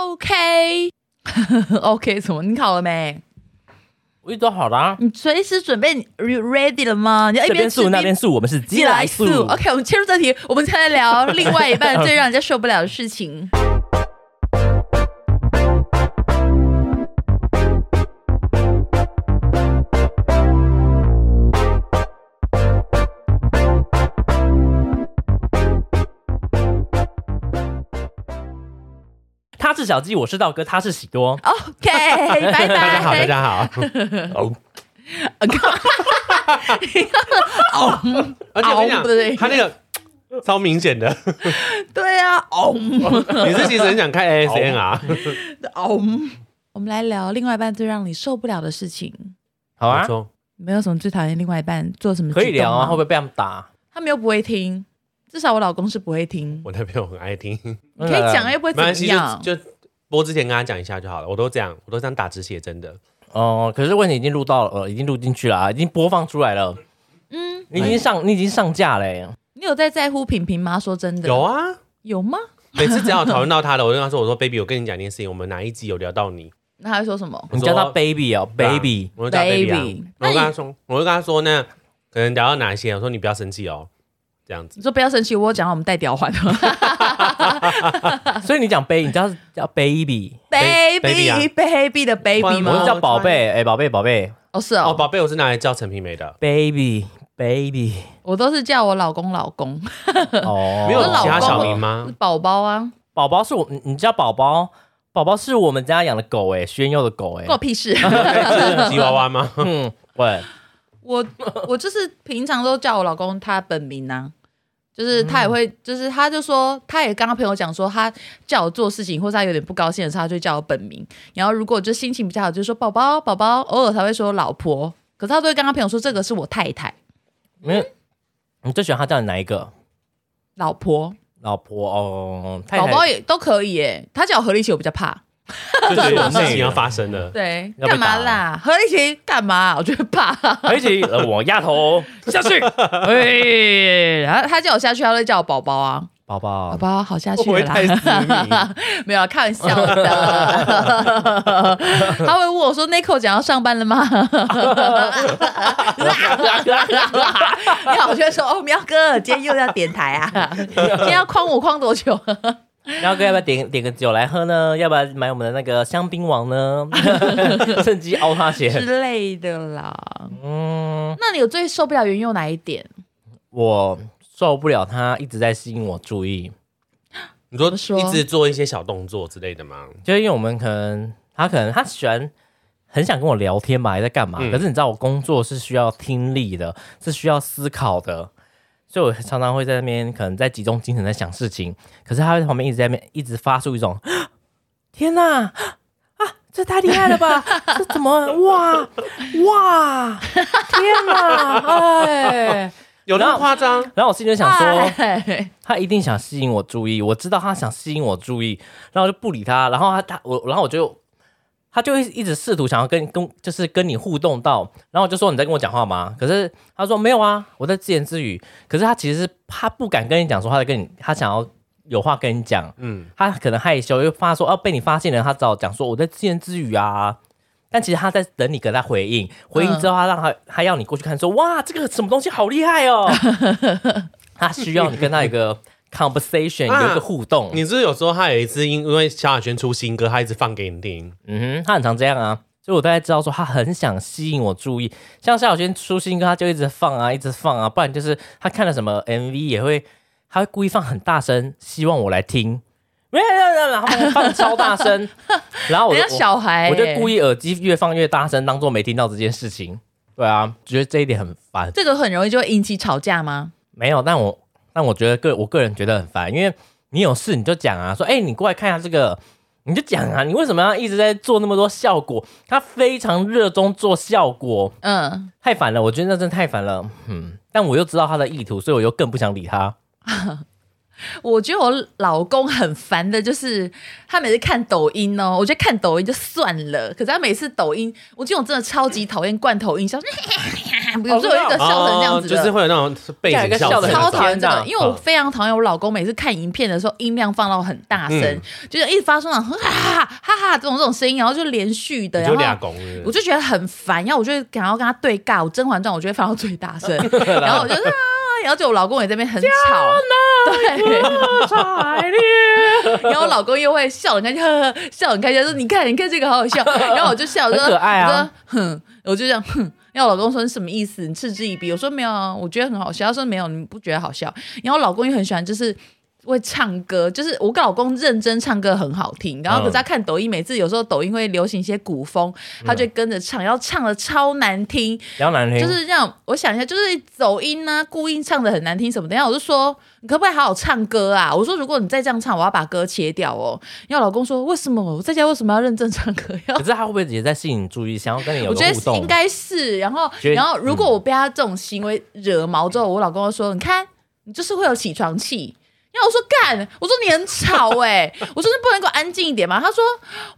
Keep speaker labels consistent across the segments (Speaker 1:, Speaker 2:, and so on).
Speaker 1: OK，OK、什么？你考了没？
Speaker 2: 我一直都好啦。
Speaker 1: 你随时准备你 ready 了吗？你要一
Speaker 2: 这边
Speaker 1: 嗯边吃
Speaker 2: 素那边素，我们是
Speaker 1: 寄
Speaker 2: 鸡
Speaker 1: 来
Speaker 2: 来
Speaker 1: 素
Speaker 2: 素。。
Speaker 1: OK，我们切入正题，我们再来聊另外一半最让人家受不了的事情。
Speaker 2: 他是小鸡，我是道哥，他是喜多。
Speaker 1: OK，拜拜。
Speaker 3: 大家好，大家好。
Speaker 2: 哦，
Speaker 1: 啊
Speaker 3: 而且我跟你
Speaker 1: 不对
Speaker 3: 讲，他那个超明显的，
Speaker 1: 对啊，哦嗯
Speaker 3: 你是其实很想看 ASMR，
Speaker 1: 哦嗯。我们来聊另外一半最让你受不了的事情。
Speaker 2: 好啊，
Speaker 3: 错，
Speaker 1: 没有什么最讨厌另外一半做什么
Speaker 2: 可以聊啊，会不
Speaker 1: 会？
Speaker 2: 会被他们打？
Speaker 1: 他们又不会听，至少我老公是不会听。
Speaker 3: 我男朋友很爱听，没
Speaker 1: 你可
Speaker 2: 啊嗯
Speaker 1: 以讲，啊又不会怎么
Speaker 3: 关系，
Speaker 1: 样。
Speaker 3: 就就播之前跟他讲一下就好了。我都这样，我都这样打直写真的。
Speaker 2: 哦，可是问题已经录到了，呃已经录进去了啊，已经播放出来了，
Speaker 1: 嗯，
Speaker 2: 你已经上，你已经上架了欸耶。
Speaker 1: 你有在在乎平平吗？说真的，
Speaker 3: 有啊，
Speaker 1: 有吗？
Speaker 3: 每次只要讨论到他的，我就跟他说：“我说 baby，我跟你讲一件事情，我们哪一集有聊到你
Speaker 1: 那他会说什么
Speaker 3: 我
Speaker 2: 你
Speaker 3: 说
Speaker 2: 叫他 baby 哦
Speaker 3: 对啊
Speaker 2: ，baby，
Speaker 3: 我就叫 baby 啊。
Speaker 1: Baby 哎
Speaker 3: 我就跟他说，我就跟他说，那可能聊到哪些？我说你不要生气哦，这样子。
Speaker 1: 你说不要生气，我有讲到我 们戴吊环
Speaker 2: 所以你讲 baby，你叫叫 baby，
Speaker 1: baby
Speaker 3: Baby 啊
Speaker 1: baby 的 baby
Speaker 2: 我
Speaker 1: 吗
Speaker 2: 是？叫宝贝，哎，宝贝，宝贝
Speaker 1: 哦，是
Speaker 3: 哦，
Speaker 1: 哦，
Speaker 3: 宝贝，我是拿来叫陈皮梅的，
Speaker 2: ，baby，baby，
Speaker 1: 我都是叫我老公老公，
Speaker 2: 哦，
Speaker 3: 没有
Speaker 1: 我老
Speaker 3: 其他
Speaker 1: 公
Speaker 3: 小名
Speaker 1: 是
Speaker 3: 吗？
Speaker 1: 宝宝啊，
Speaker 2: 宝宝是我，你你叫宝宝，宝宝是我们家养的狗，哎，炫耀的狗，哎
Speaker 1: 关，我屁 事。
Speaker 3: 是吉娃娃吗？
Speaker 2: 嗯，喂，
Speaker 1: 我我就是平常都叫我老公他本名啊，就是
Speaker 3: 嗯
Speaker 1: 他也会，就是他就说，他也刚刚朋友讲说，他叫我做事情，或者他有点不高兴的时候，他就叫我本名。然后如果就心情比较好，就说宝宝宝宝，偶尔才会说老婆。可是他都会跟他朋友说，这个是我太太，
Speaker 2: 没有，你最喜欢他叫你哪一个？
Speaker 1: 老婆，
Speaker 2: 老婆哦，太
Speaker 1: 宝
Speaker 2: 太
Speaker 1: 宝也都可以耶、他叫我合力奇，我比较怕。
Speaker 3: 就觉
Speaker 1: 啊
Speaker 3: 得事情要发生了。
Speaker 1: 对，
Speaker 2: 要被
Speaker 1: 干嘛
Speaker 2: 打
Speaker 1: 啦？合力奇干嘛？我觉得 怕。
Speaker 2: 而且呃我丫头 下去，
Speaker 1: 哎，然后他叫我下去，他会叫我宝宝啊，
Speaker 2: 宝
Speaker 1: 宝
Speaker 2: 宝，
Speaker 1: 宝好下
Speaker 3: 会
Speaker 1: 去
Speaker 3: 不
Speaker 1: 了
Speaker 3: 会
Speaker 1: 啦。
Speaker 3: 太私密？
Speaker 1: 没有啊，开玩笑 的。他会问我说：“Nico 讲要上班了 吗？” 然后我就会说：“哦，喵哥，今天又要点台啊，今天要框我框多 久
Speaker 2: 喵哥要不要点点个酒来喝呢？要不要买我们的那个香槟王 呢？趁机凹他血。
Speaker 1: 之类的啦。
Speaker 2: 嗯，”
Speaker 1: 那你有最受不了原因有哪一点？
Speaker 2: 我受不了他一直在吸引我注意，
Speaker 3: 你说
Speaker 1: 么说
Speaker 3: 一直做一些小动作之类的吗？
Speaker 2: 就因为我们可能他可能他喜欢。很想跟我聊天嘛，还在干嘛？
Speaker 3: 嗯
Speaker 2: 可是你知道，我工作是需要听力的，是需要思考的，所以我常常会在那边可能在集中精神在想事情，可是他会在旁边一直在那边一直发出一种 天呐，啊，这太厉害了吧！ 这怎么哇哇天呐，哎！
Speaker 3: 有那
Speaker 2: 然
Speaker 3: 么
Speaker 2: 后
Speaker 3: 夸张？
Speaker 2: 然后我心里就想说，
Speaker 1: 哎
Speaker 2: 他一定想吸引我注意，我知道他想吸引我注意，然后我就不理他，然后他他我，然后我就。他就会一直试图想要跟跟就是跟你互动到，然后我就说你在跟我讲话吗？可是他说没有啊，我在自言自语。可是他其实是他不敢跟你讲说他在跟你，他想要有话跟你讲，
Speaker 3: 嗯，
Speaker 2: 他可能害羞，又怕说哦、被你发现了，他只好讲说我在自言自语啊。但其实他在等你给他回应，回应之后他让他、他要你过去看说哇这个什么东西好厉害 哦，他需要你跟他有一个 conversation
Speaker 3: 啊
Speaker 2: 有一个互动。
Speaker 3: 你是不是有时候他有一次因因为萧亚轩出新歌，他一直放给你听，
Speaker 2: 嗯哼，他很常这样啊，所以我大概知道说他很想吸引我注意。像夏小轩出新歌，他就一直放啊，一直放啊，不然就是他看了什么 MV 也会，他会故意放很大声，希望我来听。没有没有没有，然后放放超大声，然后我
Speaker 1: 人
Speaker 2: 就
Speaker 1: 家小孩、
Speaker 2: 我就故
Speaker 1: 意
Speaker 2: 意耳机越放越大声，当做没听到这件事情。对啊，觉得这一点很烦。
Speaker 1: 这个很容易就会引起吵架吗？
Speaker 2: 没有，但我但我觉得个我个人觉得很烦，因为你有事你就讲啊，说哎、你过来看一下这个，你就讲啊，你为什么要一直在做那么多效果？他非常热衷做效果，
Speaker 1: 嗯，
Speaker 2: 太烦了，我觉得那真的太烦了。嗯，但我又知道他的意图，所以我又更不想理 他。
Speaker 1: 我觉得我老公很烦的，就是他每次看抖音哦，我觉得看抖音就算了，可是他每次抖音，我这种真的超级讨厌罐头音效，有时候有一个笑成这样子的，
Speaker 3: 哦就是会有那种背景笑
Speaker 2: 对
Speaker 3: 声
Speaker 1: 超讨
Speaker 3: 那种。
Speaker 1: 厌这个，
Speaker 2: 嗯
Speaker 1: 因为我非常讨厌我老公每次看影片的时候音量放到很大声，
Speaker 3: 嗯
Speaker 1: 就是一直发出那种哈哈哈哈这种这种声音，然后就连续的，
Speaker 3: 你就俩
Speaker 1: 然后。
Speaker 3: 拱是不是，
Speaker 1: 我就觉得很烦，然后我就会想要跟他对尬。我《甄嬛传》我就会放到最大声，然后我就啊，然后就我老公也在那边很吵，对， 然后我老公又会笑很开心，呵呵笑很开心，说你看你看这个好好 笑，然后我就笑，我说
Speaker 2: 很可爱啊，
Speaker 1: 我说哼，我就这样哼。然后我老公说你什么意思？你嗤之以鼻。我说没有啊，我觉得很好笑。他说没有，你不觉得好笑？然后我老公又很喜欢，就是会唱歌，就是我跟老公认真唱歌很好听。
Speaker 2: 嗯
Speaker 1: 然后可是他看抖音，每次有时候抖音会流行一些古风，他就跟着唱，然后唱的超难听，
Speaker 2: 比较难听，
Speaker 1: 就是让我想一下，就是走音啊，故意唱的很难听什么的。然后我就说，你可不可以好好唱歌啊？我说，如果你再这样唱，我要把歌切掉哦。然后老公说，为什么我在家为什么要认真唱歌？要
Speaker 2: 可是他会不会也在吸引你注意，想要跟你有
Speaker 1: 我觉
Speaker 2: 个
Speaker 1: 得
Speaker 2: 互
Speaker 1: 是
Speaker 2: 动？
Speaker 1: 应该是，然后
Speaker 2: 觉得
Speaker 1: 然后如果我被他这种行为惹毛之后，我老公就说：“你看，你就是会有起床气。”然后我说：“干，我说你很吵哎、我说你不能给我安静一点吗？”他说：“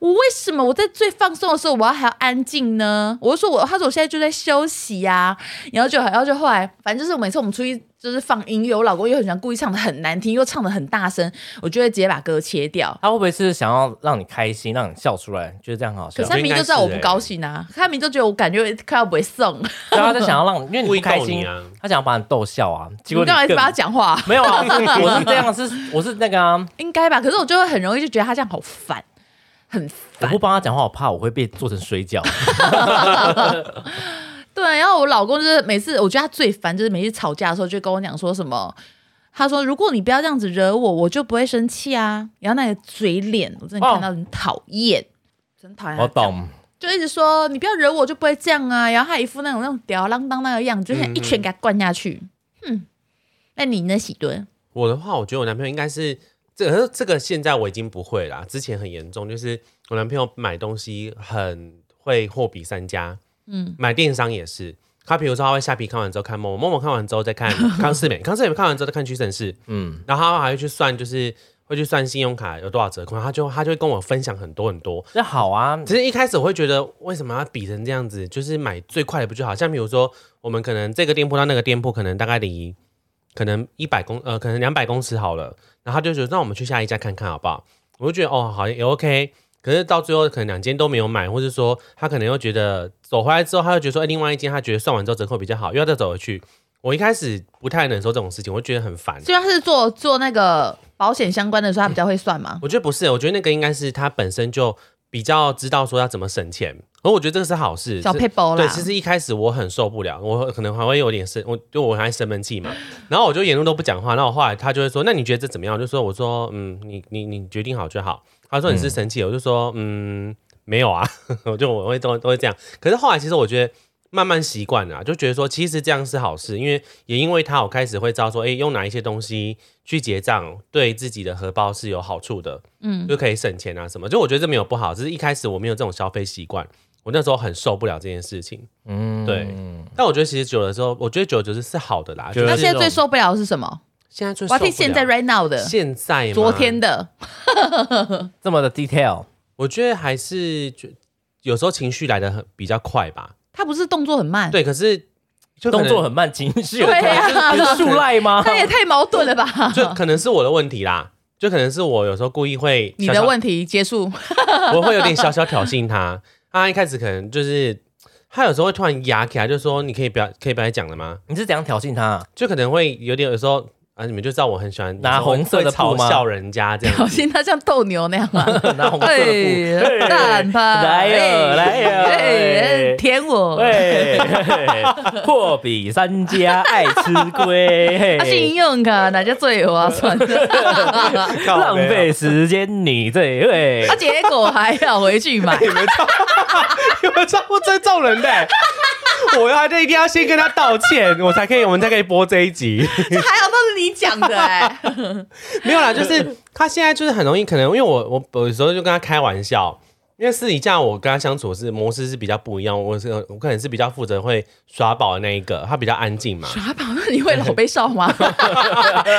Speaker 1: 我为什么我在最放松的时候我要还要安静呢？”我就说我：“他说我现在就在休息呀、然后就然后就后来，反正就是每次我们出去就是放音乐，我老公又很喜欢故意唱的很难听，又唱的很大声，我就会直接把歌切掉。
Speaker 2: 他会不会是想要让你开心，让你笑出来，觉得这样很好
Speaker 1: 可
Speaker 2: 笑
Speaker 1: 是？他明明就知道我不
Speaker 3: 应该是欸
Speaker 1: 高兴啊，他明明就觉得我感觉快要不会送。
Speaker 2: 对啊，他想要让你，因为你
Speaker 3: 故意
Speaker 2: 不开
Speaker 3: 逗你
Speaker 2: 心，
Speaker 3: 啊，
Speaker 2: 他想要把你逗笑啊。结果
Speaker 1: 你干嘛一直
Speaker 2: 更
Speaker 1: 帮他讲话啊、
Speaker 2: 没有啊， 我是这样，是我是那个啊，
Speaker 1: 应该吧？可是我就会很容易就觉得他这样好烦，很
Speaker 2: 我
Speaker 1: 烦。
Speaker 2: 不帮他讲话，我怕我会被做成水饺。
Speaker 1: 对，然后我老公就是每次，我觉得他最烦就是每次吵架的时候就跟我讲说什么。他说：“如果你不要这样子惹我，我就不会生气啊。”然后那个嘴脸，我真的看到很讨厌，真讨厌。
Speaker 2: 我， 懂，
Speaker 1: 就一直说你不要惹我，我就不会这样啊。然后他一副那种那种吊儿郎当那个样子，
Speaker 3: 嗯
Speaker 1: 就是一拳给他灌下去。嗯，那你呢，喜多？
Speaker 3: 我的话，我觉得我男朋友应该是这个这个现在我已经不会啦，之前很严重，就是我男朋友买东西很会货比三家，嗯，买电商也是。他比如说他会下皮看完之后看某某某看完之后再看 康世美，康世美看完之后再看屈臣氏，嗯，然后他还会去算，就是会去算信用卡有多少折扣，他就他就会跟我分享很多很多，
Speaker 2: 这好啊，
Speaker 3: 其实一开始我会觉得，为什么要比成这样子？就是买最快的不就好？像比如说，我们可能这个店铺到那个店铺，可能大概离可能一百公呃，可能两百公尺好了。然后他就觉得，那我们去下一家看看好不好？我就觉得哦，好也 OK。可是到最后，可能两间都没有买，或者说他可能又觉得走回来之后，他又觉得说，哎，另外一间他觉得算完之后折扣比较好，又要再走回去。我一开始不太能受这种事情，我就觉得很烦。
Speaker 1: 虽然他是做做那个保险相关的，所以他比较会算嘛。
Speaker 3: 我觉得不是，我觉得那个应该是他本身就比较知道说要怎么省钱，而我觉得这个是好事。
Speaker 1: 小
Speaker 3: 是
Speaker 1: p a 啦，
Speaker 3: 对，其实一开始我很受不了，我可能还会有点生，我就我还生闷气嘛。 然后我就沿路都不讲话，然后后来他就会说：“那你觉得这怎么样？”我就说：“我说，嗯，你你你决定好就好。”他说：“你是生气？”我就说：“嗯，没有啊。” 我就我会都都会这样。可是后来其实我觉得。慢慢习惯了啊、就觉得说其实这样是好事，因为也因为他，我开始会知道说，哎、用哪一些东西去结账，对自己的荷包是有好处的，嗯，就可以省钱啊什么。就我觉得这没有不好，只是一开始我没有这种消费习惯，我那时候很受不了这件事情。
Speaker 2: 嗯，
Speaker 3: 对但我觉得其实久了之后，我觉得久而久之是好的啦。
Speaker 2: 觉得
Speaker 1: 那
Speaker 3: 就是
Speaker 1: 现在最受不了的是什么？
Speaker 3: 现在最
Speaker 1: 我要听现在 right now 的，
Speaker 3: 现在吗
Speaker 1: 昨天，的，
Speaker 2: 这么的 detail，
Speaker 3: 我觉得还是就有时候情绪来的很比较快吧。
Speaker 1: 他不是动作很慢，
Speaker 3: 对，可是就可
Speaker 2: 动
Speaker 3: 能
Speaker 2: 作很慢，情绪
Speaker 1: 对
Speaker 2: 很
Speaker 1: 啊
Speaker 2: 很树赖吗？
Speaker 1: 他也太矛盾了 吧？
Speaker 3: 就可能是我的问题啦，就可能是我有时候故意会
Speaker 1: 你的
Speaker 3: 小小
Speaker 1: 问题结束，
Speaker 3: 我会有点小小挑衅他。他一开始可能就是他有时候会突然压起来，就说你可以不要可以不要再讲了吗？
Speaker 2: 你是怎样挑衅他啊？
Speaker 3: 就可能会有点有时候啊，你们就知道我很喜欢
Speaker 2: 拿
Speaker 3: 有时候会
Speaker 2: 红色的
Speaker 3: 会
Speaker 2: 布吗
Speaker 3: 嘲笑人家这样 子。
Speaker 1: 小心他像斗牛那样 啊！
Speaker 2: 拿红色的布，
Speaker 1: 哎，蛋吧，
Speaker 2: 来哟来哟
Speaker 1: 哎，舔我，
Speaker 2: 喂，货比三家，爱吃亏，
Speaker 1: 他啊信用卡哪家最划算？
Speaker 2: 浪费时间，你最会
Speaker 1: 他。结果还要回去 买，
Speaker 3: 有没有超过这种人的、我要就一定要先跟他道歉，我才可以，我们才可以播这一集。
Speaker 1: 这还好都是你讲的 哎，
Speaker 3: 没有啦，就是他现在就是很容易，可能因为我我我有时候就跟他开玩笑，因为私底下我跟他相处是模式是比较不一样，我是我可能是比较负责会耍宝的那一个，他比较安静嘛，
Speaker 1: 耍宝？那你会老被少 吗？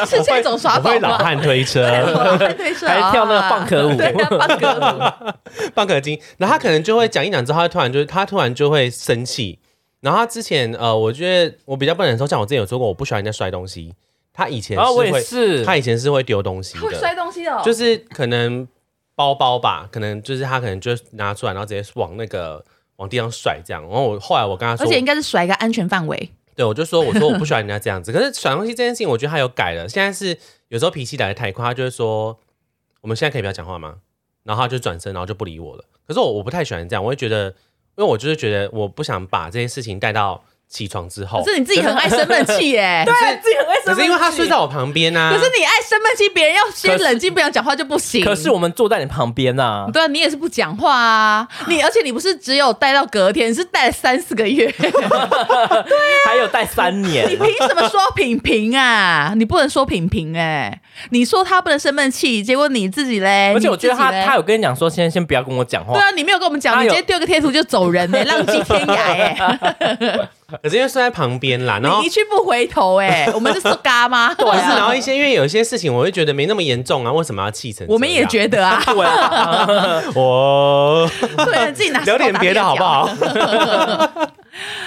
Speaker 1: 是这种耍
Speaker 3: 我
Speaker 1: 宝
Speaker 3: 会老
Speaker 1: 吗？
Speaker 3: 汉推车、
Speaker 1: 对，是啊
Speaker 2: 还跳那个蚌壳舞
Speaker 1: 对啊，蚌壳舞。
Speaker 3: 蚌壳精，然后他可能就会讲一讲之后，他突然就他突然就会生气。然后他之前呃，我觉得我比较不能忍受，像我之前有说过，我不喜欢人家摔东西。他以前
Speaker 2: 然
Speaker 3: 啊
Speaker 2: 后
Speaker 3: 是
Speaker 2: 啊我
Speaker 3: 会，
Speaker 2: 也是，
Speaker 3: 他以前是会丢东西
Speaker 1: 他会
Speaker 3: 的，
Speaker 1: 摔东西的哦，
Speaker 3: 就是可能包包吧，可能就是他可能就拿出来，然后直接往那个往地上甩这样。然后我后来我跟他说
Speaker 1: 而，且应该是甩一个安全范围。
Speaker 3: 对，我就说，我说我不喜欢人家这样子。可是甩东西这件事情，我觉得他有改了。现在是有时候脾气来的太快，他就会说，我们现在可以不要讲话吗？然后他就转身，然后就不理我了。可是我我不太喜欢这样，我会觉得，因为我就是觉得我不想把这些事情带到起床之后。
Speaker 1: 可是你自己很爱生闷气耶，
Speaker 2: 对啊自己很爱生
Speaker 3: 可是因为他睡在我旁边啊，
Speaker 1: 可 是你爱生闷气，别人要先
Speaker 2: 可是
Speaker 1: 冷静，不想讲话就不行。
Speaker 2: 可是我们坐在你旁边呐、
Speaker 1: 对啊，你也是不讲话 啊，你而且你不是只有待到隔天，你是待了三四个 月，
Speaker 2: 还有待三年
Speaker 1: 你，凭什么说品评啊？你不能说品评哎，你说他不能生闷气，结果你自己嘞，
Speaker 2: 而且我觉得他
Speaker 1: 哎你自己嘞
Speaker 2: 他有跟你讲说，先先不要跟我讲话
Speaker 1: 对，啊，你没有跟我们讲，
Speaker 2: 他
Speaker 1: 你
Speaker 2: 有
Speaker 1: 直接丢个贴图就走人哎，浪迹天涯哎，
Speaker 3: 可是因为睡在旁边啦，然后
Speaker 1: 你一去不回头哎，我们是色嘎吗？对
Speaker 2: 啊
Speaker 3: 不是，然后一些因为有些事情，我会觉得没那么严重啊，为什么要气成这样？
Speaker 1: 我们也觉得啊，
Speaker 2: 对啊，
Speaker 3: 我
Speaker 1: 对，自己拿手
Speaker 3: 聊点
Speaker 1: 打
Speaker 3: 别
Speaker 1: 自
Speaker 3: 的
Speaker 1: 己
Speaker 3: 好不
Speaker 1: 脚
Speaker 3: 好？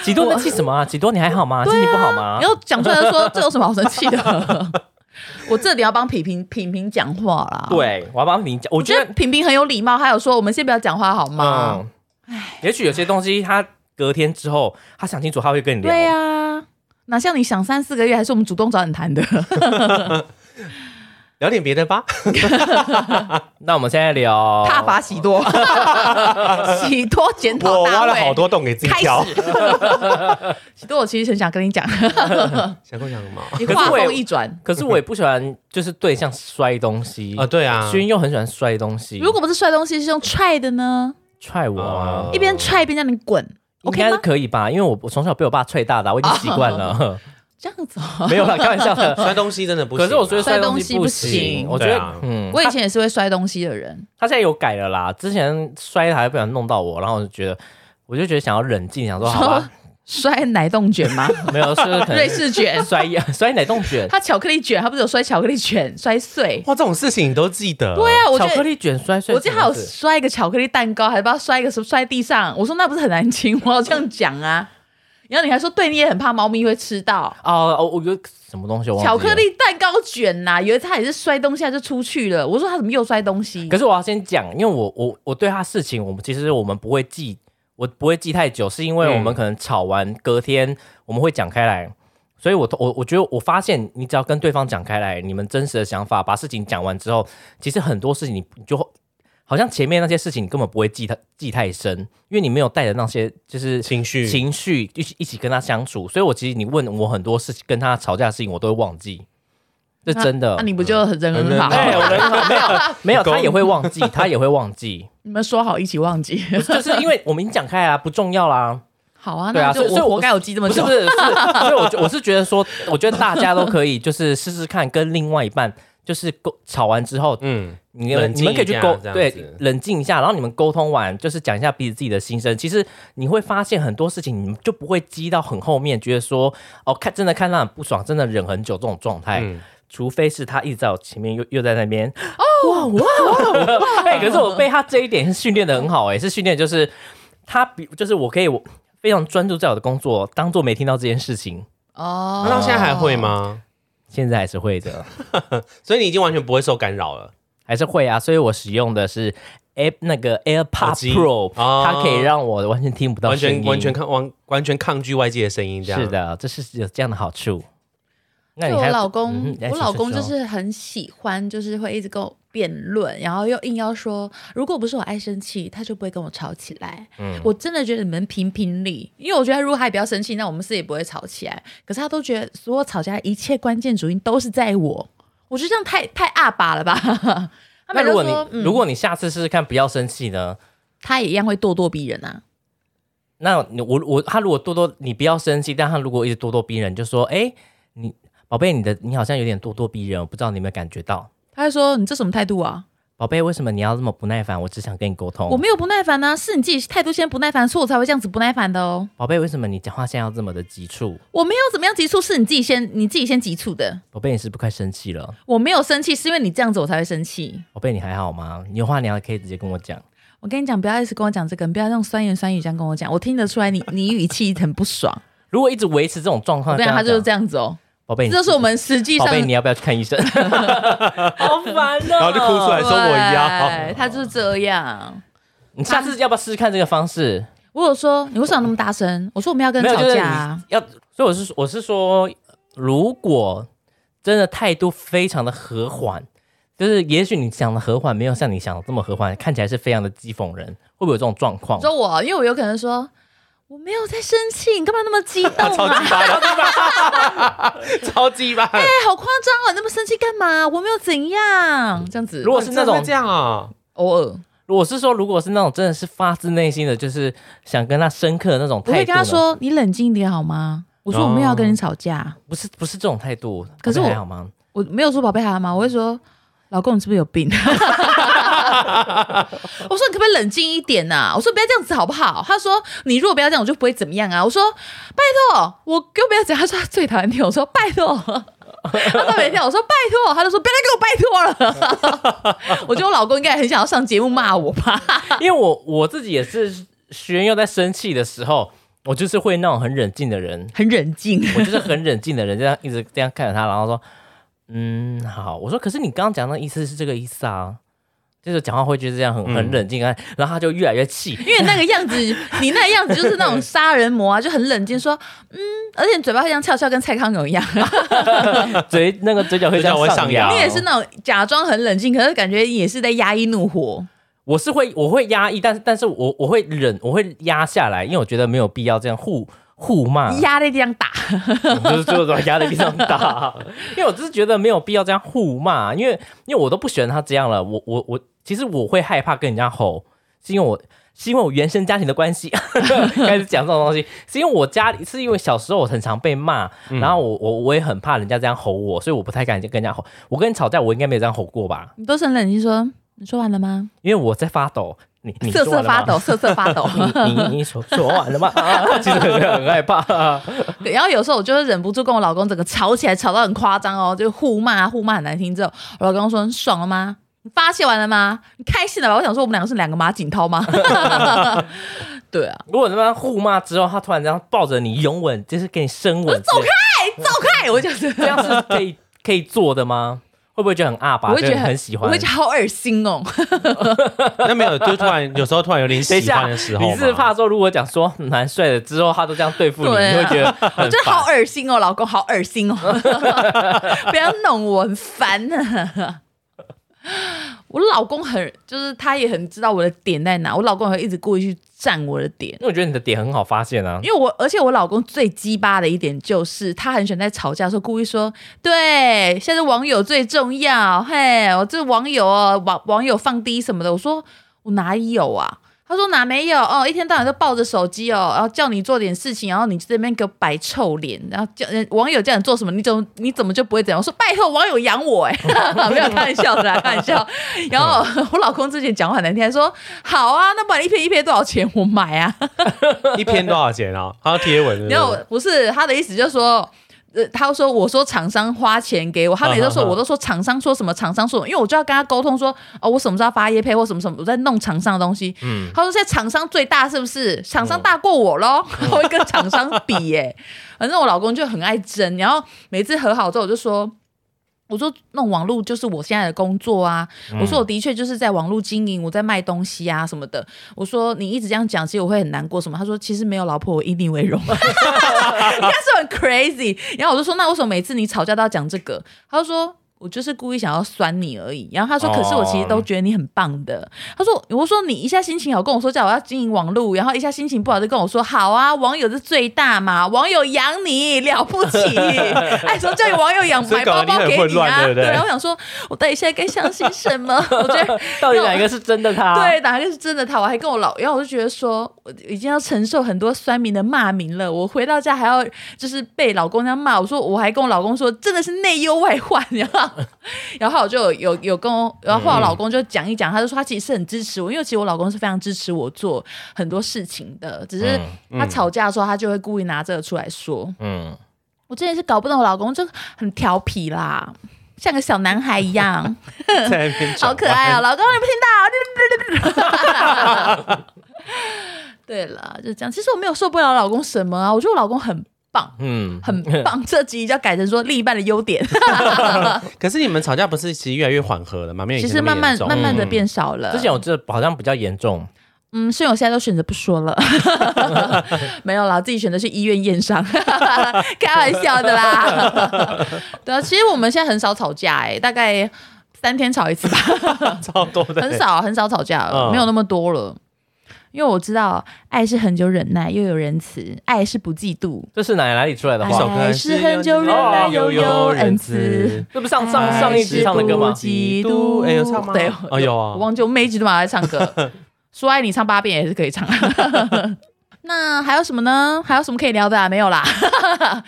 Speaker 2: 几多在气什么啊？几多你还好吗？
Speaker 1: 对
Speaker 2: 心
Speaker 1: 啊
Speaker 2: 情不好吗
Speaker 1: 然？后讲出来就说这有什么好生气的？ 我这里要帮品评品评讲话啦。，
Speaker 2: 对，我要帮你讲，我
Speaker 1: 我觉
Speaker 2: 觉
Speaker 1: 得
Speaker 2: 得，
Speaker 1: 品评很有礼貌，还有说我们先不要讲话好吗？
Speaker 2: 嗯，也许有些东西他隔天之后，他想清楚，他会跟你嗯聊。
Speaker 1: 对啊呀、哪像你想三四个月，还是我们主动找你谈的？
Speaker 3: 聊点别 的吧。
Speaker 2: 那我们现在聊
Speaker 1: 踏伐喜多，喜多检
Speaker 3: 我
Speaker 1: 讨大
Speaker 3: 挖了好
Speaker 1: 会
Speaker 3: 多洞给自己
Speaker 1: 开
Speaker 3: 跳，
Speaker 1: 始。 喜多，我其实很想跟你讲，
Speaker 3: 想跟我讲什么？
Speaker 1: 你
Speaker 2: 可是
Speaker 1: 话
Speaker 2: 我也
Speaker 1: 锋一转，
Speaker 2: 可是我也不喜欢，就是对象摔东西
Speaker 3: 啊，。对啊，
Speaker 2: 勋又很喜欢摔东西，
Speaker 1: 如果不是摔东西，是用踹的呢？
Speaker 2: 踹我啊
Speaker 3: 哦，
Speaker 1: 一边踹一边让你滚
Speaker 2: 应
Speaker 1: ，OK
Speaker 2: 该
Speaker 1: 吗？
Speaker 2: 可以吧？因为我我从小被我爸踹大的，我已经习惯了。
Speaker 1: 这样子、哦，
Speaker 2: 没有啦，开玩 笑的。
Speaker 3: 摔东西真的不行
Speaker 2: 可
Speaker 3: 啊。
Speaker 2: 是我觉得
Speaker 1: 摔
Speaker 2: 东
Speaker 1: 东西
Speaker 2: 不
Speaker 1: 不
Speaker 2: 行，
Speaker 1: 行
Speaker 2: 我觉
Speaker 3: 对
Speaker 2: 得
Speaker 3: 啊
Speaker 2: 嗯，
Speaker 1: 我以前也是会摔东西的人。
Speaker 2: 他现在有改了啦。之前摔还不小心弄到我，然后我就觉得，我就觉得想要冷静，想说好吧，
Speaker 1: 摔奶冻卷 吗？
Speaker 2: 没有，是可
Speaker 1: 瑞
Speaker 2: 能
Speaker 1: 士卷，
Speaker 2: 摔一摔奶冻卷，
Speaker 1: 他巧克力卷，他不是有摔巧克力卷摔碎？
Speaker 3: 哇，这种事情你都记得？
Speaker 1: 对 啊，我
Speaker 2: 巧
Speaker 1: 觉
Speaker 2: 克
Speaker 1: 得
Speaker 2: 力卷摔碎
Speaker 1: 我
Speaker 2: 什么
Speaker 1: 记
Speaker 2: 事，
Speaker 1: 得还有摔一个巧克力蛋糕，还不知道摔一个什么摔地上。我说那不是很难清，我要这样讲啊。然后你还说，对你也很怕猫咪会吃到
Speaker 2: 哦，哦我有什么东西我忘记
Speaker 1: 巧
Speaker 2: 了
Speaker 1: 克。力蛋糕卷呐、有一次他也是摔东西，他就出去了。我说他怎么又摔东西
Speaker 2: 可？是我要先讲，因为我我我对他事情，我们其实我们不会记，我不会记太久，是因为
Speaker 3: 嗯
Speaker 2: 我们可能吵完隔天我们会讲开来，所以我我我觉得我发现，你只要跟对方讲开来，你们真实的想法，把事情讲完之后，其实很多事情你你就会好像前面那些事情你根本不会记太记太深，因为你没有带着那些就是
Speaker 3: 情绪
Speaker 2: 情绪一起一起跟他相处，所以我其实你问我很多事情跟他吵架的事情，我都会忘记，这
Speaker 1: 那
Speaker 2: 真的。
Speaker 1: 那、你不就人很好？
Speaker 3: 嗯
Speaker 2: 哎，我 人没有没有，他也会忘记，他也会忘记，
Speaker 1: 你们说好一起忘 记？
Speaker 2: 就是因为我们已经讲开啦，啊不重要啦，
Speaker 1: 好啊，
Speaker 2: 对啊
Speaker 1: 那就
Speaker 2: 所以所以
Speaker 1: 我
Speaker 2: 我
Speaker 1: 活该我记这么
Speaker 2: 不是
Speaker 1: 久
Speaker 2: 不。是，是，所以我就我是觉得说，我觉得大家都可以就是试试看，跟另外一半就是沟吵完之后，
Speaker 3: 嗯，
Speaker 2: 你们
Speaker 3: 冷
Speaker 2: 你
Speaker 3: 静一
Speaker 2: 们可以去
Speaker 3: 下
Speaker 2: 沟
Speaker 3: 这样
Speaker 2: 对
Speaker 3: 子
Speaker 2: 冷静一下，然后你们沟通完就是讲一下彼此自己的心声。其实你会发现很多事情，你们就不会积到很后面，觉得说哦看真的看他很不爽，真的忍很久这种状态。
Speaker 3: 嗯
Speaker 2: 除非是他一直在我前面又又在那边哦哇哇 哇！哎、可是我被他这一点是训练的很好哎、 是训练就是他比就是我可以我非常专注在我的工作，当做没听到这件事情。
Speaker 1: 哦，
Speaker 3: 那到现在还会？
Speaker 2: 哦
Speaker 3: 吗？
Speaker 2: 现在还是会的，
Speaker 3: 所以你已经完全不会受干扰了。
Speaker 2: 还是会啊，所以我使用的是 Air 那个 AirPod
Speaker 3: 耳机
Speaker 2: Pro，、
Speaker 3: 哦
Speaker 2: 它可以让我完全听不到
Speaker 3: 完
Speaker 2: 声
Speaker 3: 全
Speaker 2: 音，
Speaker 3: 完全抗完完全抗拒外界的声音，这样
Speaker 2: 是。 的， 这是有这样的好处。那
Speaker 1: 对
Speaker 2: 你
Speaker 1: 我
Speaker 2: 还有
Speaker 1: 老公
Speaker 2: 嗯，来
Speaker 1: 我
Speaker 2: 请
Speaker 1: 老
Speaker 2: 说
Speaker 1: 公就
Speaker 2: 说
Speaker 1: 是很喜欢，就是会一直跟我辩论，然后又硬要说，如果不是我爱生气，他就不会跟我吵起来。
Speaker 2: 嗯
Speaker 1: 我真的觉得你们评评理，因为我觉得如果他也不要生气，那我们是也不会吵起来。可是他都觉得所有吵架的一切关键主因都是在我，我觉得这样太太阿爸了吧？ 他
Speaker 2: 那
Speaker 1: 们
Speaker 2: 如
Speaker 1: 就
Speaker 2: 果你、
Speaker 1: 说，嗯，
Speaker 2: 如果你下次试试看不要生气呢？
Speaker 1: 他也一样会咄咄逼人啊。
Speaker 2: 那你我我他如果咄咄，你不要生气，但他如果一直咄咄逼人，就说哎、你宝贝，你的你好像有点咄咄逼人，我不知道你有没有感觉到。
Speaker 1: 他会说：“你这什么态度啊？
Speaker 2: 宝贝，为什么你要这么不耐烦？我只想跟你沟
Speaker 1: 我
Speaker 2: 通。
Speaker 1: 没有不耐烦呢、是你自己态度先不耐烦，所以我才会这样子不耐烦的哦。
Speaker 2: 宝贝，为什么你讲话现在要这么的急促？
Speaker 1: 我没有怎么样急促，是你自己先你自己先急促的。”
Speaker 2: 宝贝，你是不是快生气了？
Speaker 1: 我没有生气，是因为你这样子我才会生气。
Speaker 2: 宝贝，你还好吗？你有话你还可以直接跟我讲。
Speaker 1: 我跟你讲，不要一直跟我讲这个，你不要用酸言酸语这样跟我讲，我听得出来你你语气很不 爽。
Speaker 2: 如果一直维持这种状况，
Speaker 1: 对啊，他就是这
Speaker 2: 样。
Speaker 1: 样子哦，
Speaker 2: 宝贝，
Speaker 1: 这
Speaker 2: 你
Speaker 1: 就是我们实际
Speaker 2: 宝
Speaker 1: 上
Speaker 2: 贝，你要不要去看 医生？好烦哦！
Speaker 3: 然后就哭出来说我一
Speaker 1: 对
Speaker 3: 样。
Speaker 1: 哎他就是这样。
Speaker 2: 你下
Speaker 1: 啊
Speaker 2: 次要不要试试看这个方式？
Speaker 1: 我有说你为什么那么大声？我说我们要跟
Speaker 2: 没
Speaker 1: 人
Speaker 2: 有，
Speaker 1: 吵
Speaker 2: 就是
Speaker 1: 架、啊
Speaker 2: 你。要，所以我是我是说，如果真的态度非常的和缓，就是也许你想的和缓没有像你想的这么和缓，看起来是非常的讥讽人，会不会有这种状况？
Speaker 1: 说我，因为我有可能说我没有在生气，你干嘛那么激动 啊？哎、
Speaker 3: 超级吧？
Speaker 1: 好夸张哦！你那么生气干嘛？我没有怎样，这样子。
Speaker 2: 如果是那
Speaker 3: 真的
Speaker 2: 种
Speaker 3: 会这样啊，
Speaker 1: 偶尔，
Speaker 2: 我是说，如果是那种真的是发自内心的，就是想跟他深刻的那种
Speaker 1: 我
Speaker 2: 态度，
Speaker 1: 会跟他，说：“你冷静一点好吗？”我说：“我没有要
Speaker 2: 哦
Speaker 1: 跟你吵架。
Speaker 2: 不是不是这种态度，
Speaker 1: 可是
Speaker 2: 我
Speaker 1: 我
Speaker 2: 还好吗？
Speaker 1: 我没有说“宝贝好吗？”我会说：“老公，你是不是有病？” 我说：“你可不可以冷静一点呐、我说：“不要这样子好不好？”他说：“你如果不要这样，我就不会怎么样啊。”我说：“拜托，我又不要怎样。”他说：“他最讨厌听我说拜托。”他特别听我说拜托，他就说：“不要再给我拜托了。” 我觉得我老公应该很想要上节目骂我吧？
Speaker 2: 因为我我自己也是学员又在生气的时候，我就是会那种很冷静的 人，
Speaker 1: 很冷静，
Speaker 2: 我就是很冷静的人，这样一直这样看着他，然后说，嗯，好。我说，可是你刚刚讲的意思是这个意思啊，就是讲话会就是这样很
Speaker 3: 嗯
Speaker 2: 很冷静啊，然后他就越来越气。
Speaker 1: 因为那个样子，你那个样子就是那种杀人魔啊，就很冷静说：“嗯。”而且你嘴巴会像翘翘，跟蔡康永一样。
Speaker 2: 嘴那个嘴角会这样
Speaker 3: 嘴角会上
Speaker 2: 扬，
Speaker 3: 扬
Speaker 1: 你也是那种假装很冷静，可是感觉也是在压抑怒火。
Speaker 2: 我是会我会压抑，但是但是我我会忍，我会压下来，因为我觉得没有必要这样互互骂，
Speaker 1: 压力这样打，
Speaker 2: 就是就是把压力非常大，因为我只是觉得没有必要这样互骂，啊因为因为我都不喜欢他这样了，我我我其实我会害怕跟人家吼，是因为我。是因为我原生家庭的关系， 开始讲这种东西，是因为我家里，是因为小时候我很常被骂，然后我我我也很怕人家这样吼我，所以我不太敢跟人家吼。我跟你吵架，我应该没有这样吼过吧？
Speaker 1: 你都是很冷静说：“嗯你说完了吗
Speaker 2: 因为我在发抖，你？”嗯你
Speaker 1: 瑟
Speaker 2: 说完
Speaker 1: 瑟
Speaker 2: 了吗
Speaker 1: 发抖，瑟瑟发抖。
Speaker 2: 你你你说说完了吗？ 啊、其实很很害怕、啊
Speaker 1: 然后有时候我就会忍不住跟我老公整个吵起来，吵到很夸张哦，就互骂互骂很难听。之后我老公说：“你爽了吗？你发泄完了吗？你开心了吧？”我想说我们两个是两个马景涛 吗？ 对啊，
Speaker 2: 如果他妈互骂之后，他突然这样抱着你拥吻，就是给你深吻，走开，
Speaker 1: 哎走开！我就是
Speaker 2: 这样是可以可以做的吗？会不会觉得很阿吧？
Speaker 1: 我会觉
Speaker 2: 就
Speaker 1: 得
Speaker 2: 很很喜欢
Speaker 1: 我会。觉得好恶心哦。
Speaker 3: 那没有，就突然有时候突然有点
Speaker 2: 等一
Speaker 3: 喜
Speaker 2: 下，
Speaker 3: 欢的时候嘛，
Speaker 2: 你是怕说如果讲说蛮帅的之后，他都这样对付你，
Speaker 1: 对啊
Speaker 2: 你会觉得
Speaker 1: 我
Speaker 2: 很
Speaker 1: 觉得好
Speaker 2: 烦？
Speaker 1: 恶心哦，老公好恶 心哦，不要弄我，很烦 啊。我老公很，就是他也很知道我的点在哪，我老公也会一直故意去占我的点，
Speaker 2: 因为我觉得你的点很好发现啊
Speaker 1: 因。为我，而且我老公最鸡巴的一点就是，他很喜欢在吵架的时候故意说，对，现在网友最重要，嘿，我这网友哦，网网友放低什么的，我说我哪有啊？他说哪没有哦，一天到晚都抱着手机哦，然后叫你做点事情，然后你这边给我摆臭脸，然后叫人网友叫你做什么，你怎么你怎么就不会怎样？我说拜托，网友养我哎、 欸，没有开玩笑的啦，开玩笑。然后我老公之前讲话很难听，还说好啊，那不然一篇一篇多少钱我买啊？
Speaker 3: 一篇多少钱 啊？还要贴文是不是，
Speaker 1: 然后我不是他的意思，就是说。呃，他说：“我说厂商花钱给我，他每次都说，
Speaker 3: 啊啊啊
Speaker 1: 我都说厂商说什么，厂商说什么，因为我就要跟他沟通说，哦，我什么时候要发业配或什么什么，我在弄厂商的东西。嗯，他说现在厂商最大是不是？厂商大过 我喽，他会跟厂商比耶、反正我老公就很爱争，然后每次和好之后，我就说。我说弄网络就是我现在的工作啊，我说我的确就是在网络经营，我在卖东西啊什么的。我说你一直这样讲，其实我会很难过什么。他说其实没有老婆我以你为荣，你看 是很 crazy。然后我就说那为什么每次你吵架都要讲这个？他就说。我就是故意想要酸你而已，然后他说：“可是我其实都觉得你很棒的。他说：“我说你一下心情好跟我说叫我要经营网络，然后一下心情不好就跟我说好啊，网友是最大嘛，网友养你了不 起，哎，说叫你网友养
Speaker 3: 所以
Speaker 1: 买
Speaker 3: 搞
Speaker 1: 包
Speaker 3: 得你
Speaker 1: 包
Speaker 3: 很
Speaker 1: 给
Speaker 3: 混
Speaker 1: 你
Speaker 3: 乱
Speaker 1: 啊，
Speaker 3: 对不对
Speaker 1: 然后我想说，我到底现在该相信什么？我觉得
Speaker 2: 到底哪个是真的他？，
Speaker 1: 对，哪个是真的他？我还跟我老，然后我就觉得说，我已经要承受很多酸民的骂名了，我回到家还要就是被老公这样骂。我说，我还跟我老公说，真的是内忧外患。 然后，然后我就有有跟我，然后后来我老公就讲一讲，他就说他其实是很支持我，因为其实我老公是非常支持我做很多事情的，只是他吵架的时候，他就会故意拿这个出来说。
Speaker 2: 嗯，
Speaker 1: 我真的是搞不懂我老公，就很调皮啦，像个小男孩一样。
Speaker 3: 在那边转
Speaker 1: 好可爱哦，老公你不听到？ 对了，就这样。其实我没有受不了老公什么啊，我觉得我老公很棒，
Speaker 2: 嗯，
Speaker 1: 很棒。这集要改成说另一半的优 点，
Speaker 3: 可是你们吵架不是其实越来越缓和了吗？没有以
Speaker 1: 其
Speaker 3: 前
Speaker 1: 实
Speaker 3: 那么
Speaker 1: 慢慢
Speaker 3: 严重
Speaker 1: 慢慢
Speaker 2: 嗯
Speaker 1: 的变少了。
Speaker 2: 之前我这好像比较严重，
Speaker 1: 嗯，是因为我现在都选择不说了， 没有啦，自己选的是医院验伤， 开玩笑的啦。 对啊，其实我们现在很少吵架、欸，大概三天吵一次吧，
Speaker 3: 超多的，
Speaker 1: 很少很少吵架了，
Speaker 3: 嗯
Speaker 1: 没有那么多了。因为我知道，爱是很久忍耐又有仁慈，爱是不嫉妒，
Speaker 2: 这是哪哪里出来的
Speaker 1: 哎
Speaker 3: 一首
Speaker 2: 话？
Speaker 3: 歌哦
Speaker 1: 爱是很久忍耐又有恩慈。
Speaker 2: 这不是上上上一集唱的歌
Speaker 1: 爱？
Speaker 2: 吗
Speaker 1: 是不嫉妒
Speaker 3: 哎有唱吗
Speaker 1: 对，
Speaker 3: 哦有啊
Speaker 1: 我忘记我每一集都把它唱 歌。说爱你唱八遍也是可以唱。 那还有什么呢？还有什么可以聊的啊？没有啦。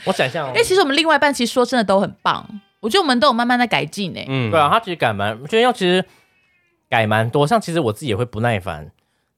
Speaker 2: 我想象哦
Speaker 1: 因为，其实我们另外一半其实说真的都很棒，我觉得我们都有慢慢在改进诶、
Speaker 3: 嗯
Speaker 2: 对啊，，他其实改蛮，我觉得要其实改蛮多，像其实我自己也会不耐烦，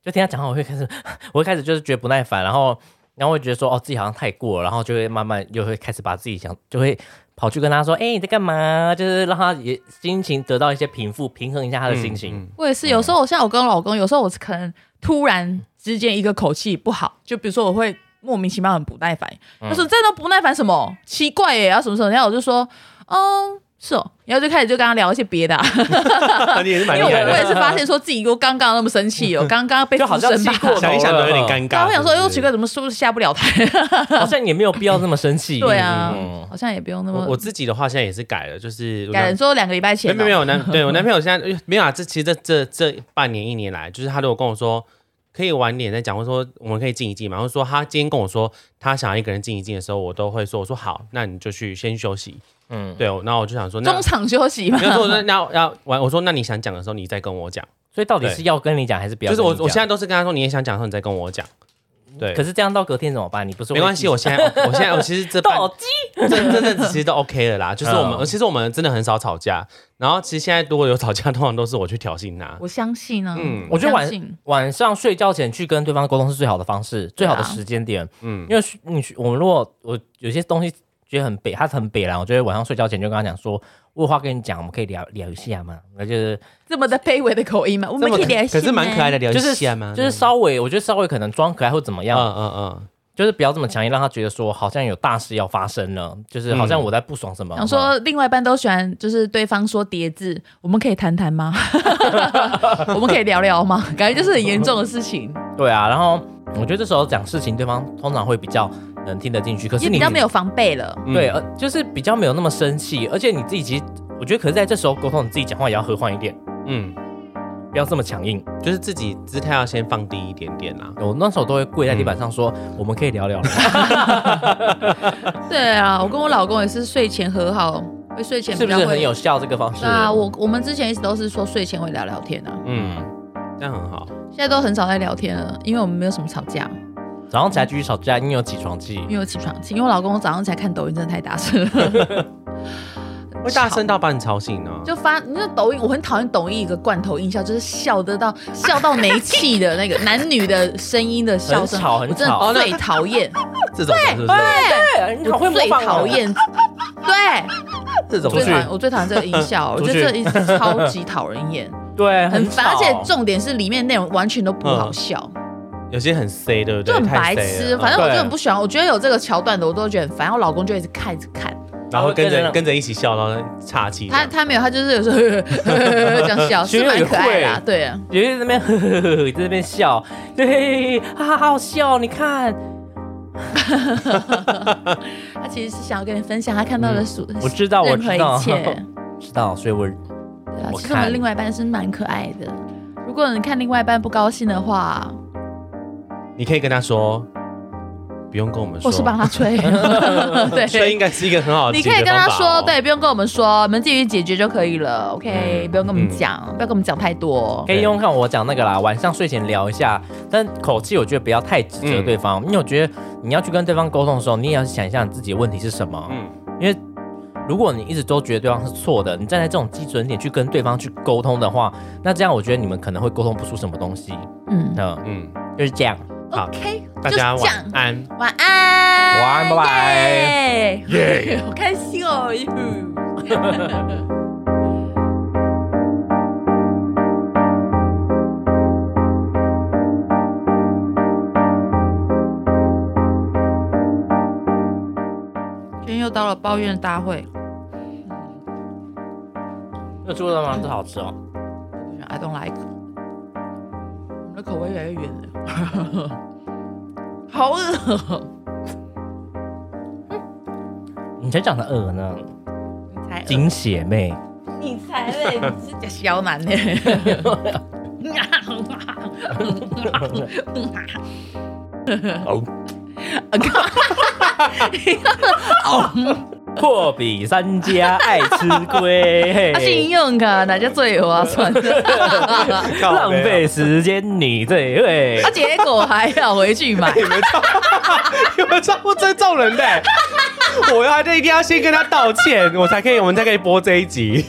Speaker 2: 就听他讲话，我会开始， 我会开始就是觉得不耐烦，然后然后会觉得说哦自己好像太过了，然后就会慢慢又会开始把自己想，就会跑去跟他说，哎、你在干嘛？就是让他也心情得到一些平复，平衡一下他的心情。
Speaker 3: 嗯
Speaker 1: 我也是，有时候我像我跟我老公，有时候我是可能突然之间一个口气不好，就比如说我会莫名其妙很不耐烦，
Speaker 3: 嗯
Speaker 1: 他说：“这都不耐烦什么？奇怪耶、然后什么什么？”然后我就说：“哦，是哦。”然后就开始就跟他聊一些别的、啊，
Speaker 3: 嗯 你也是蛮
Speaker 1: 因为
Speaker 3: 厉
Speaker 1: 我
Speaker 3: 害
Speaker 1: 我也
Speaker 3: 的，嗯
Speaker 1: 是发现说自己我刚刚那么生气哦，刚刚被
Speaker 2: 就好像
Speaker 1: 附身吧
Speaker 2: 气过头
Speaker 3: 想一想都有
Speaker 2: 嗯
Speaker 3: 点尴
Speaker 1: 对啊
Speaker 3: 尬。
Speaker 1: 我想说，
Speaker 3: 是不
Speaker 1: 哟，
Speaker 3: 是
Speaker 1: 奇怪，，怎么是不是下不了台？
Speaker 2: 好像也没有必要这么生气。
Speaker 1: 对啊
Speaker 2: 嗯，
Speaker 1: 好像也不用那
Speaker 3: 我
Speaker 1: 么
Speaker 3: 我自己的话现在也是改了，就是我
Speaker 1: 改了，说两个礼拜前哦、
Speaker 3: 没没没有男，对我男朋友现在没有啊。这其实这这这半年一年来，就是他如果跟我说可以晚点再讲，或者说我们可以静一静嘛，或者说他今天跟我说他想要一个人静一静的时候，我都会说我说好，那你就去先休息。
Speaker 2: 嗯，
Speaker 3: 对，然后我就想说那
Speaker 1: 中。场休息嘛
Speaker 3: 没。有说那那要完，我说那你想讲的时候你再跟我讲，
Speaker 2: 所以到底是要跟你讲还是不要
Speaker 3: 就
Speaker 2: 跟
Speaker 3: 是
Speaker 2: 你
Speaker 3: 我
Speaker 2: 讲？嗯
Speaker 3: 我现在都是跟他说你也想讲的时候你再跟我讲，对，
Speaker 2: 可是这样到隔天怎么办？你不是会
Speaker 3: 没关系，我现在我现在我其实这 半
Speaker 2: 斗鸡
Speaker 3: 这这阵子其实都 OK 了啦，就是我们、
Speaker 2: 嗯
Speaker 3: 其实我们真的很少吵架，然后其实现在如果有吵架，通常都是我去挑衅他，
Speaker 1: 我相信呢、
Speaker 3: 嗯
Speaker 2: 我觉得
Speaker 1: 相
Speaker 2: 晚
Speaker 1: 信
Speaker 2: 晚上睡觉前去跟对方沟通是最好的方式，最好的
Speaker 1: 对啊
Speaker 2: 时间点。
Speaker 3: 嗯，
Speaker 2: 因为你我们如果我有些东西觉得很北，他很北啦，我就会晚上睡觉前就跟他讲说，我有话跟你讲，我们可以聊聊一下嘛。那就是
Speaker 1: 这么的卑微的口音嘛，我
Speaker 3: 这
Speaker 1: 们
Speaker 3: 么
Speaker 1: 可以联系。
Speaker 3: 可是蛮可爱的，聊一
Speaker 2: 就是
Speaker 3: 下嘛，
Speaker 2: 就是稍微，我觉得稍微可能装可爱或怎么
Speaker 3: 嗯
Speaker 2: 样，
Speaker 3: 嗯嗯，
Speaker 2: 就是不要这么强硬，让他觉得说好像有大事要发生了，就是好像我在不爽什么。
Speaker 1: 想说，另外一半都喜欢，就是对方说叠字，我们可以谈谈吗？ 我们可以聊聊吗？感觉就是很严重的事情，
Speaker 2: 对啊，然后我觉得这时候讲事情，对方通常会比较能听得进去，可是
Speaker 1: 也
Speaker 2: 你
Speaker 1: 比较没有防备了。
Speaker 3: 嗯
Speaker 2: 对，呃，就是比较没有那么生气，而且你自己其实，我觉得可是在这时候沟通，你自己讲话也要和缓一点，
Speaker 3: 嗯，
Speaker 2: 不要这么强硬。
Speaker 3: 就是自己姿态要先放低一点点啊啦，
Speaker 2: 我那时候都会跪在
Speaker 1: 嗯
Speaker 2: 地板上说，我们可以 聊聊了吗，
Speaker 1: 对啊，我跟我老公也是睡前和好，会睡前
Speaker 2: 是
Speaker 1: 比
Speaker 2: 不
Speaker 1: 较
Speaker 2: 是
Speaker 1: 会
Speaker 2: 很有效这个方式？
Speaker 1: 对啊，我我们之前一直都是说睡前会聊聊天啊，
Speaker 3: 嗯，这样很好，
Speaker 1: 现在都很少在聊天了，因为我们没有什么吵架，
Speaker 2: 早上起来继续吵架，因为有起床气。
Speaker 1: 因为我起床气，因为我老公早上起来看抖音真的太大声了。
Speaker 3: 会大声到把你吵醒呢、哦
Speaker 1: 就发你那抖音，我很讨厌抖音一个罐头音效，就是笑得到笑到没气的那个男女的声音的笑声，
Speaker 2: 很吵很
Speaker 1: 我真的
Speaker 2: 吵
Speaker 1: 最讨厌，
Speaker 3: 这种是不是？
Speaker 2: 哦 对，你好
Speaker 1: 我
Speaker 2: 会
Speaker 1: 啊最讨， 厌，对，
Speaker 3: 这种
Speaker 1: 我最
Speaker 2: 出去
Speaker 1: 讨厌，我最讨厌这个音效， 我
Speaker 2: 出
Speaker 1: 觉
Speaker 2: 去
Speaker 1: 得这个音超级讨人 厌，
Speaker 2: 对，
Speaker 1: 很烦，而
Speaker 2: 吵嗯
Speaker 1: 且重点是里面内容完全都不好笑，
Speaker 3: 有些很 C 对不
Speaker 1: 就
Speaker 3: 对？
Speaker 1: 很白
Speaker 3: 太 C
Speaker 1: 痴。
Speaker 3: 了嗯
Speaker 1: 反正我就
Speaker 2: 对
Speaker 1: 很不喜欢，我觉得有这个桥段的我都觉得很烦，我老公就一直看，一直看。
Speaker 3: 然后跟
Speaker 2: 跟
Speaker 3: 着
Speaker 2: 着
Speaker 3: 跟着一起笑，然后岔气这
Speaker 1: 他
Speaker 3: 样，
Speaker 1: 他没有，他就是有时候 这样笑，
Speaker 2: 其
Speaker 1: 是
Speaker 2: 实
Speaker 1: 蛮
Speaker 2: 也
Speaker 1: 可爱的啊
Speaker 2: 会，
Speaker 1: 对啊。
Speaker 2: 有些在那边 呵呵呵呵，在那边笑，对，哈哈，好好笑，你看，
Speaker 1: 他其实是想要跟你分享他看到的所、
Speaker 2: 嗯我知道
Speaker 1: 任何
Speaker 2: 啊我知道
Speaker 1: 一切。
Speaker 2: 知道，所以我
Speaker 1: 对啊，
Speaker 2: 我
Speaker 1: 其实我们
Speaker 2: 看
Speaker 1: 另外一半是蛮可爱的。如果你看另外一半不高兴的话，
Speaker 3: 你可以跟他说，不用跟我们说，
Speaker 1: 或是帮他 吹，
Speaker 3: 这
Speaker 1: 对，
Speaker 3: 应该是一个很好的
Speaker 1: 你
Speaker 3: 解
Speaker 1: 可
Speaker 3: 决
Speaker 1: 以
Speaker 3: 方法哦、
Speaker 1: 跟他说，对，不用跟我们说，你们自己去解决就可以了。OK，、
Speaker 2: 哦嗯
Speaker 1: 不用跟我们讲，不要跟我们讲太多。
Speaker 2: 可以用看我讲那个啦，晚上睡前聊一下，但口气我觉得不要太指责对方，因为我觉得你要去跟对方沟通的时候，你也要想一下你自己的问题是什么。
Speaker 3: 嗯
Speaker 2: 因为如果你一直都觉得对方是错的，你站在这种基准点去跟对方去沟通的话，那这样我觉得你们可能会沟通不出什么东西。
Speaker 1: 嗯
Speaker 2: 嗯，
Speaker 3: 嗯，
Speaker 2: 就是这样。
Speaker 3: 好
Speaker 1: ，OK，
Speaker 3: 大
Speaker 1: 就是
Speaker 3: 家
Speaker 1: 这
Speaker 3: 晚
Speaker 1: 样。
Speaker 3: 安。
Speaker 1: 晚安，
Speaker 2: 晚安拜拜
Speaker 1: 耶，耶， 好开心哦，哟到了抱怨大会。
Speaker 2: 有猪肉吗？这好吃哦。
Speaker 1: I don't like。我们的口味越来越远了， 好饿哦、
Speaker 2: 你才讲的鹅呢？
Speaker 1: 你才饿，
Speaker 2: 金血妹，
Speaker 1: 你才累，你是假 小男欸呢。
Speaker 2: 哦货比三家，爱吃亏
Speaker 1: 他，信用卡哪家最划算？
Speaker 2: 浪费时间你最会
Speaker 1: 他。啊结果还要回去买，
Speaker 3: 你们超，你们超不尊重人的欸、我要一定要先跟他道歉，我才可以，我们才可以播这一集。